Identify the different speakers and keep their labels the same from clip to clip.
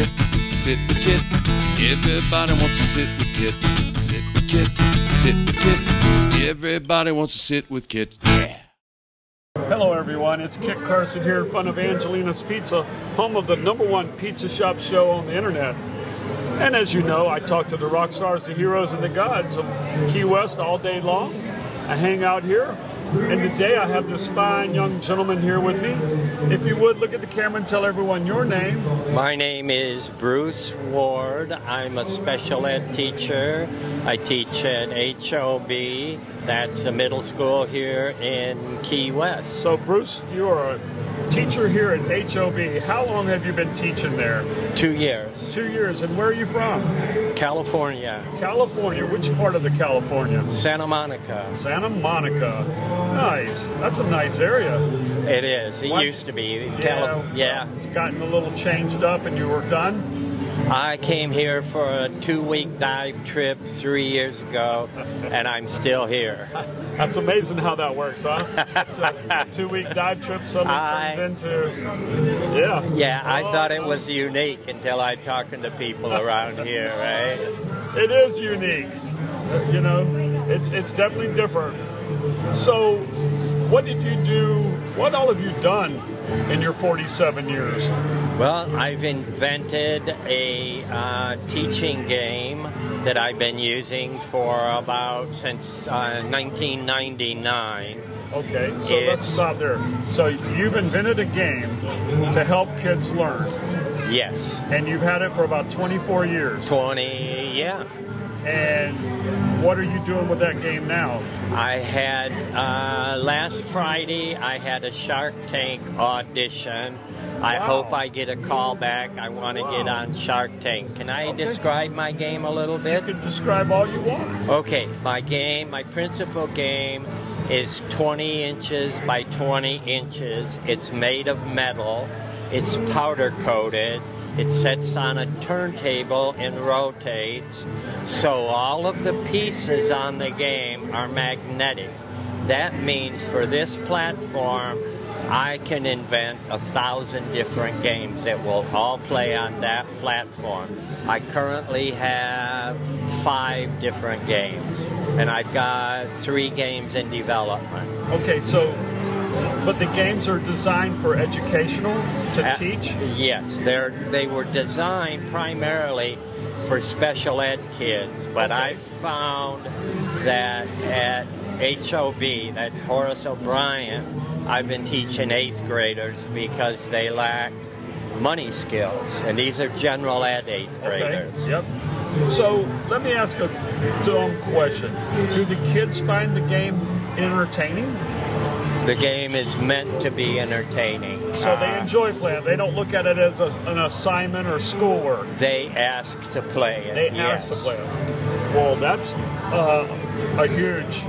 Speaker 1: sit with Kit. Everybody wants to sit with Kit. Sit with Kit. Sit with Kit. Everybody wants to sit with Kit. Yeah.
Speaker 2: Hello, everyone. It's Kit Carson here in front of Angelina's Pizza, home of the number one pizza shop show on the internet. And as you know, I talk to the rock stars, the heroes, and the gods of Key West all day long. I hang out here, and today I have this fine young gentleman here with me. If you would, look at the camera and tell everyone your name.
Speaker 3: My name is Bruce Ward. I'm a special ed teacher. I teach at HOB. That's a middle school here in Key West.
Speaker 2: So, Bruce, you are a teacher here at HOB. How long have you been teaching there?
Speaker 3: Two years.
Speaker 2: Two years. And where are you from?
Speaker 3: California.
Speaker 2: California. Which part of the California?
Speaker 3: Santa Monica.
Speaker 2: Santa Monica. Nice. That's a nice area.
Speaker 3: It is. It
Speaker 2: What?
Speaker 3: used to be. Calif- yeah.
Speaker 2: It's gotten a little changed up and you were done.
Speaker 3: I came here for a two week dive trip three years ago, and I'm still here.
Speaker 2: That's amazing how that works, huh? it's a two week dive trip suddenly
Speaker 3: I-
Speaker 2: turns into. Yeah.
Speaker 3: Yeah, I
Speaker 2: Oh,
Speaker 3: thought it was unique until I talking to people around here, right?
Speaker 2: It is unique. You know, it's it's definitely different. So, what did you do? What all have you done in your 47 years?
Speaker 3: Well, I've invented a uh, teaching game that I've been using for about since uh, 1999.
Speaker 2: Okay, so let's
Speaker 3: It's-
Speaker 2: stop there. So you've invented a game to help kids learn,
Speaker 3: Yes,
Speaker 2: and you've had it for about 24 years.
Speaker 3: 20, yeah.
Speaker 2: And what are you doing with that game now?
Speaker 3: I had uh, last Friday. I had a Shark Tank audition. I
Speaker 2: Wow.
Speaker 3: hope I get a call back. I want to get
Speaker 2: Wow.
Speaker 3: on Shark Tank. Can I
Speaker 2: Okay.
Speaker 3: describe my game a little bit?
Speaker 2: You can describe all you want.
Speaker 3: Okay, my game, my principal game is 20 inches by 20 inches. It's made of metal, it's powder coated, it sits on a turntable and rotates. So all of the pieces on the game are magnetic. That means for this platform, I can invent a thousand different games that will all play on that platform. I currently have five different games, and I've got three games in development.
Speaker 2: Okay, so but the games are designed for educational to
Speaker 3: Uh,
Speaker 2: teach.
Speaker 3: Yes, they're they were designed primarily for special ed kids, but I found that at HOB, that's Horace O'Brien, I've been teaching eighth graders because they lack money skills, and these are general ed eighth graders.
Speaker 2: Okay. Yep. So let me ask a dumb question: Do the kids find the game entertaining?
Speaker 3: The game is meant to be entertaining.
Speaker 2: So they
Speaker 3: Uh,
Speaker 2: enjoy playing. They don't look at it as a, an assignment or schoolwork.
Speaker 3: They ask to play it.
Speaker 2: They ask to
Speaker 3: yes.
Speaker 2: play it. Well, that's uh, a huge,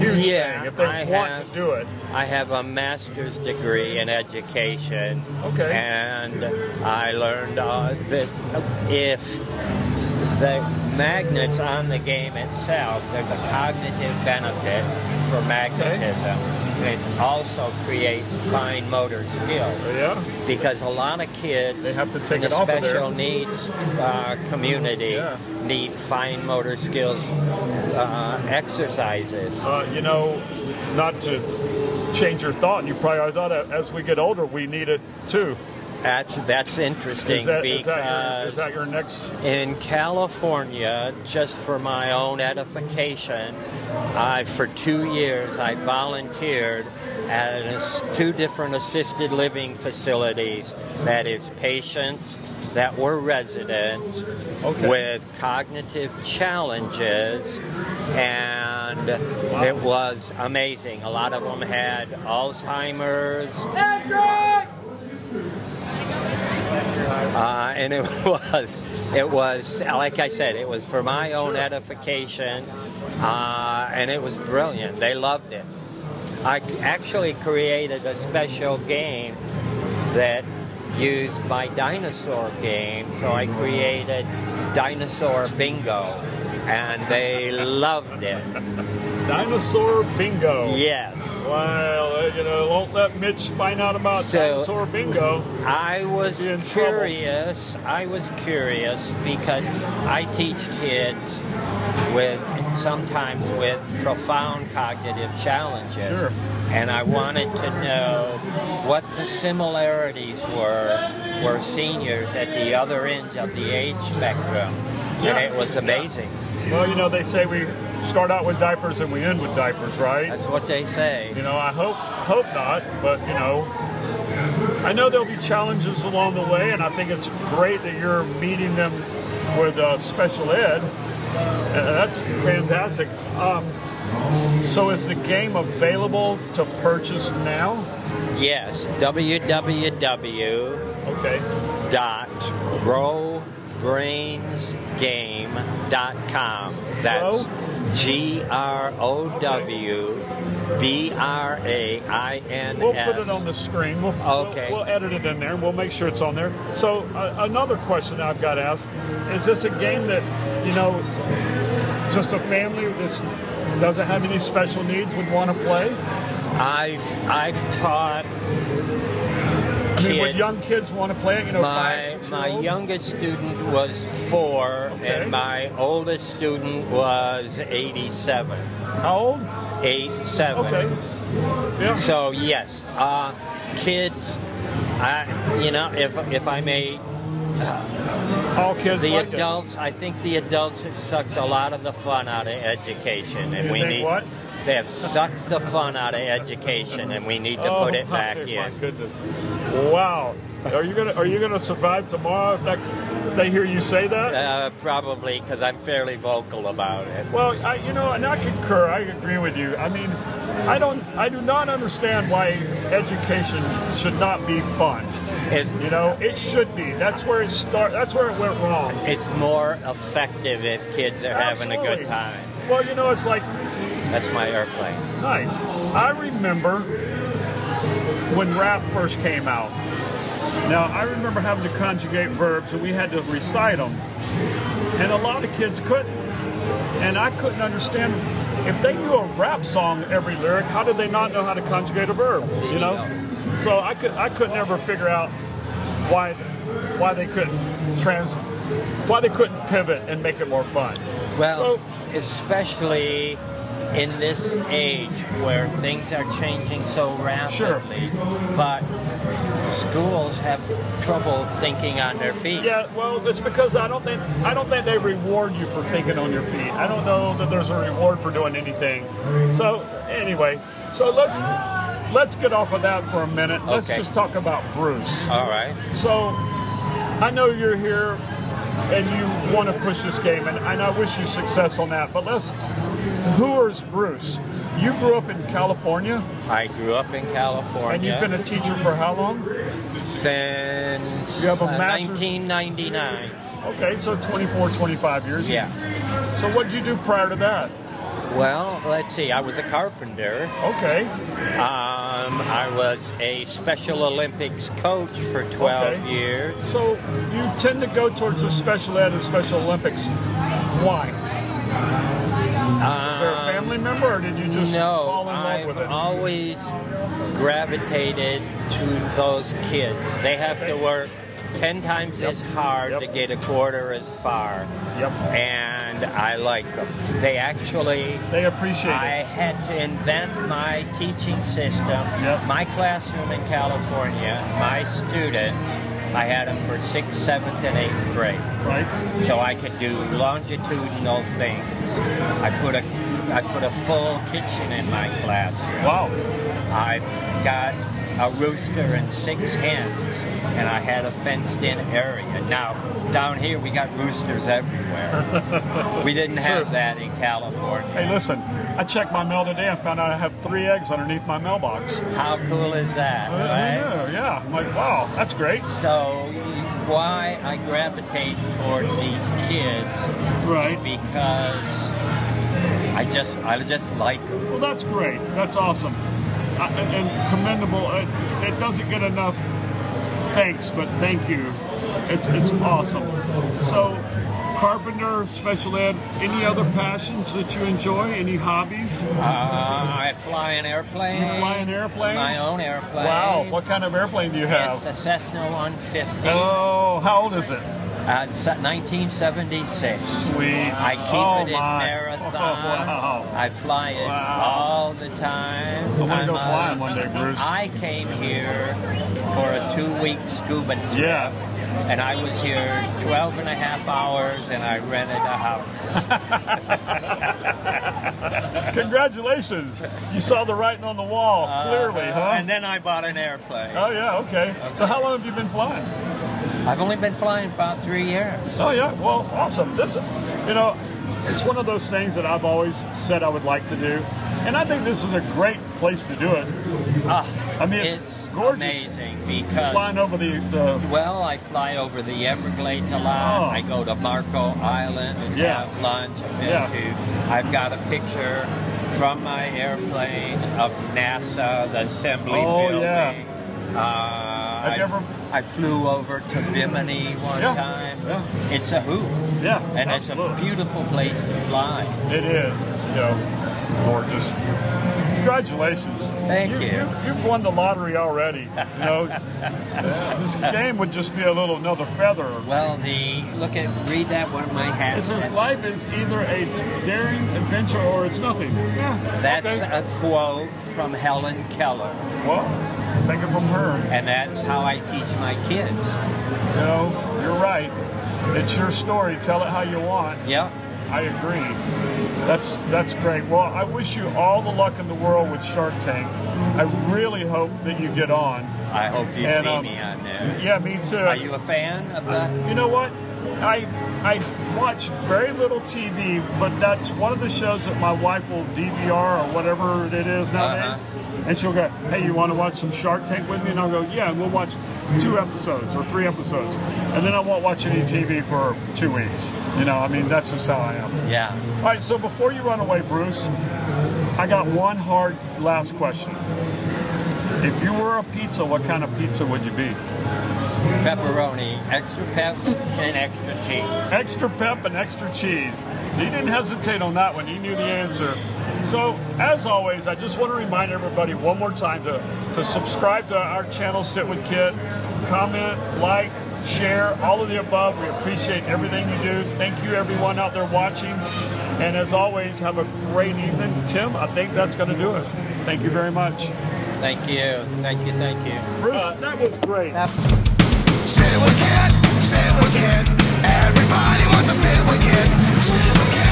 Speaker 2: huge
Speaker 3: Yeah,
Speaker 2: thing. If they
Speaker 3: I
Speaker 2: want to
Speaker 3: have-
Speaker 2: do it,
Speaker 3: I have a master's degree in education.
Speaker 2: Okay.
Speaker 3: And I learned uh, that if the magnets on the game itself, there's a cognitive benefit for magnetism. It also creates fine motor skills
Speaker 2: yeah.
Speaker 3: because a lot of kids
Speaker 2: They have to take
Speaker 3: in
Speaker 2: it
Speaker 3: the
Speaker 2: off of
Speaker 3: special needs uh, community
Speaker 2: Yeah.
Speaker 3: need fine motor skills uh, exercises.
Speaker 2: Uh, you know, not to change your thought. You probably are thought as we get older, we need it too.
Speaker 3: That's that's interesting
Speaker 2: Is that,
Speaker 3: because
Speaker 2: is that, your, is that your next?
Speaker 3: in California, just for my own edification, I for two years I volunteered at as- two different assisted living facilities. That is patients that were residents
Speaker 2: Okay.
Speaker 3: with cognitive challenges and it was amazing. A lot of them had Alzheimer's, uh, and it was it was like I said, it was for my own edification, uh, and it was brilliant. They loved it. I c- actually created a special game that used my dinosaur game, so I created dinosaur bingo, and they loved it.
Speaker 2: Dinosaur bingo.
Speaker 3: Yes.
Speaker 2: Well, uh, you know, won't let Mitch find out about
Speaker 3: So-
Speaker 2: dinosaur bingo.
Speaker 3: I was
Speaker 2: Be in trouble.
Speaker 3: curious. I was curious because I teach kids with sometimes with profound cognitive challenges.
Speaker 2: Sure.
Speaker 3: And I wanted to know what the similarities were were seniors at the other end of the age spectrum.
Speaker 2: Yeah.
Speaker 3: And it was amazing.
Speaker 2: Well, you know, they say we start out with diapers and we end with diapers, right?
Speaker 3: That's what they say.
Speaker 2: You know, I hope hope not, but you know, I know there'll be challenges along the way, and I think it's great that you're meeting them with uh, special ed. Uh, that's fantastic. Um, so, is the game available to purchase now?
Speaker 3: Yes. www
Speaker 2: Okay.
Speaker 3: dot growbrainsgame.com. That's G R O W B R A I N
Speaker 2: We'll put it on
Speaker 3: S.
Speaker 2: the screen. We'll,
Speaker 3: Okay.
Speaker 2: We'll, we'll edit it in there. We'll make sure it's on there. So uh, another question I've got to ask: Is this a game that you know, just a family that doesn't have any special needs would want to play?
Speaker 3: I've I've taught
Speaker 2: I mean, would
Speaker 3: Kid.
Speaker 2: young kids want to play it? You know,
Speaker 3: my
Speaker 2: five, six
Speaker 3: my youngest student was four
Speaker 2: Okay.
Speaker 3: and my oldest student was eighty seven.
Speaker 2: How old?
Speaker 3: Eight seven.
Speaker 2: Okay. Yeah.
Speaker 3: So yes, uh, kids. I, you know, if if I may
Speaker 2: All kids
Speaker 3: The
Speaker 2: like it.
Speaker 3: adults, I think the adults have sucked a lot of the fun out of education, and
Speaker 2: You
Speaker 3: we
Speaker 2: think
Speaker 3: need
Speaker 2: what?
Speaker 3: they have sucked the fun out of education, and we need to
Speaker 2: Oh,
Speaker 3: put it back
Speaker 2: my,
Speaker 3: in.
Speaker 2: My goodness. Wow. Are you gonna Are you gonna survive tomorrow if that, they hear you say that?
Speaker 3: Uh, probably because I'm fairly vocal about it.
Speaker 2: Well, I, you know, and I concur. I agree with you. I mean, I don't, I do not understand why education should not be fun.
Speaker 3: it
Speaker 2: You know, it should be. That's where it start. That's where it went wrong.
Speaker 3: it's more effective if kids are having a
Speaker 2: Absolutely.
Speaker 3: good time.
Speaker 2: Well, you know, it's like
Speaker 3: That's my airplane.
Speaker 2: nice. I remember when rap first came out. Now, I remember having to conjugate verbs, and we had to recite them, and a lot of kids couldn't. And I couldn't understand if they knew a rap song every lyric, how did they not know how to conjugate a verb? You know, so I could I could never figure out why why they couldn't trans why they couldn't pivot and make it more fun.
Speaker 3: Well,
Speaker 2: So-
Speaker 3: especially in this age where things are changing so rapidly, but schools have trouble thinking on their feet.
Speaker 2: Yeah, well, it's because I don't think I don't think they reward you for thinking on your feet. I don't know that there's a reward for doing anything. So anyway, so let's let's get off of that for a minute. Let's
Speaker 3: Okay.
Speaker 2: just talk about Bruce.
Speaker 3: All right.
Speaker 2: So I know you're here and you want to push this game, and, and I wish you success on that. But let's who is Bruce? You grew up in California,
Speaker 3: I grew up in
Speaker 2: and
Speaker 3: California
Speaker 2: you've been a teacher for how long?
Speaker 3: since
Speaker 2: You have a
Speaker 3: uh,
Speaker 2: master's-
Speaker 3: 1999.
Speaker 2: Okay, so 24, 25 years.
Speaker 3: Yeah.
Speaker 2: So what did you do prior to that?
Speaker 3: Well, let's see. I was a carpenter.
Speaker 2: Okay.
Speaker 3: Um, I was a Special Olympics coach for 12
Speaker 2: Okay.
Speaker 3: years.
Speaker 2: So you tend to go towards the special ed and special Olympics. Why? Is there a
Speaker 3: Um,
Speaker 2: family member, or did you just
Speaker 3: no,
Speaker 2: fall in love
Speaker 3: I've
Speaker 2: with it?
Speaker 3: always gravitated to those kids. They have to work ten times as hard
Speaker 2: Yep.
Speaker 3: to get a quarter as far,
Speaker 2: yep.
Speaker 3: and I like them. They actually.
Speaker 2: They appreciate
Speaker 3: I had to invent my teaching system.
Speaker 2: Yep.
Speaker 3: My classroom in California, my students, I had them for sixth, seventh, and eighth grade
Speaker 2: it, right?
Speaker 3: so I could do longitudinal things. I put a I put a full kitchen in my classroom.
Speaker 2: Wow.
Speaker 3: I've got a rooster and six hens, and I had a fenced-in area. Now down here we got roosters everywhere. we didn't have
Speaker 2: Sure.
Speaker 3: that in California.
Speaker 2: Hey, listen. I checked my mail today and found out I have three eggs underneath my mailbox.
Speaker 3: How cool is that,
Speaker 2: I didn't
Speaker 3: right?
Speaker 2: know, Oh, yeah. I'm like, wow, that's great.
Speaker 3: So why I gravitate toward these kids
Speaker 2: Right.
Speaker 3: because I just I just like them.
Speaker 2: Well, that's great. That's awesome. I, and and commendable. It, it doesn't get enough thanks, but thank you. It's, it's awesome. So, carpenter, special ed, any other passions that you enjoy? Any hobbies?
Speaker 3: Uh, I fly an airplane.
Speaker 2: You fly an airplane?
Speaker 3: My own airplane.
Speaker 2: Wow, what kind of airplane do you
Speaker 3: It's
Speaker 2: have?
Speaker 3: a Cessna 150.
Speaker 2: Oh, how old is it?
Speaker 3: Uh, it's 1976.
Speaker 2: Sweet.
Speaker 3: I keep
Speaker 2: Oh,
Speaker 3: it in
Speaker 2: my. Oh,
Speaker 3: marathon.
Speaker 2: wow.
Speaker 3: I fly it
Speaker 2: Wow.
Speaker 3: all the time.
Speaker 2: I wanna
Speaker 3: I'm
Speaker 2: go
Speaker 3: a-
Speaker 2: flying one day, Bruce.
Speaker 3: I came here for a two-week scuba trip.
Speaker 2: Yeah.
Speaker 3: And I was here 12 and a half hours, and I rented a house.
Speaker 2: Congratulations. You saw the writing on the wall, clearly, huh?
Speaker 3: Uh-huh. Uh, And then I bought an airplane.
Speaker 2: oh, yeah, okay. So, how long have you been flying?
Speaker 3: I've only been flying about three years.
Speaker 2: Oh yeah, well, awesome. This, you know, it's one of those things that I've always said I would like to do, and I think this is a great place to do it.
Speaker 3: Ah,
Speaker 2: I mean, it's
Speaker 3: it's
Speaker 2: gorgeous.
Speaker 3: amazing because
Speaker 2: Flying over the, the
Speaker 3: Well, I fly over the Everglades a lot.
Speaker 2: Oh.
Speaker 3: I go to Marco Island and
Speaker 2: Yeah.
Speaker 3: have lunch. I've been
Speaker 2: Yeah.
Speaker 3: to- I've got a picture from my airplane of NASA, the assembly
Speaker 2: Oh,
Speaker 3: building.
Speaker 2: yeah.
Speaker 3: Uh,
Speaker 2: Have
Speaker 3: I,
Speaker 2: you ever-
Speaker 3: I flew over to Bimini one
Speaker 2: Yeah,
Speaker 3: time.
Speaker 2: yeah.
Speaker 3: It's a hoop.
Speaker 2: yeah,
Speaker 3: And it's a
Speaker 2: absolutely.
Speaker 3: beautiful place to fly.
Speaker 2: It is, you know, gorgeous. Congratulations.
Speaker 3: Thank you.
Speaker 2: you. have won the lottery already. You know, this, this game would just be a little another feather.
Speaker 3: Well, the look at read that one my hat.
Speaker 2: It says
Speaker 3: said.
Speaker 2: life is either a daring adventure or it's nothing. Yeah.
Speaker 3: That's
Speaker 2: okay.
Speaker 3: a quote from Helen Keller.
Speaker 2: well, take it from her.
Speaker 3: And that's how I teach my kids.
Speaker 2: No, you're right. It's your story. Tell it how you want.
Speaker 3: Yeah.
Speaker 2: I agree. That's that's great. Well, I wish you all the luck in the world with Shark Tank. I really hope that you get on.
Speaker 3: I hope you
Speaker 2: And,
Speaker 3: see
Speaker 2: um,
Speaker 3: me on there.
Speaker 2: Yeah, me too.
Speaker 3: Are you a fan of the?
Speaker 2: You know what? I I watch very little TV, but that's one of the shows that my wife will DVR or whatever it is nowadays. And she'll go, "Hey, you want to watch some Shark Tank with me?" And I'll go, "Yeah." And we'll watch two episodes or three episodes, and then I won't watch any TV for two weeks. You know, I mean, that's just how I am.
Speaker 3: Yeah.
Speaker 2: All right. So before you run away, Bruce, I got one hard last question. If you were a pizza, what kind of pizza would you be?
Speaker 3: Pepperoni, extra pep, and extra cheese.
Speaker 2: extra pep and extra cheese. He didn't hesitate on that one. He knew the answer. So, as always, I just want to remind everybody one more time to, to subscribe to our channel, Sit With Kid. Comment, like, share, all of the above. We appreciate everything you do. Thank you, everyone out there watching. And as always, have a great evening. Tim, I think that's going to do it. Thank you very much.
Speaker 3: Thank you. Thank you. Thank you.
Speaker 2: Bruce, that was great.
Speaker 4: Sit with Kid, sit with Kid. Everybody wants to sit with Kid. Sit with Kid.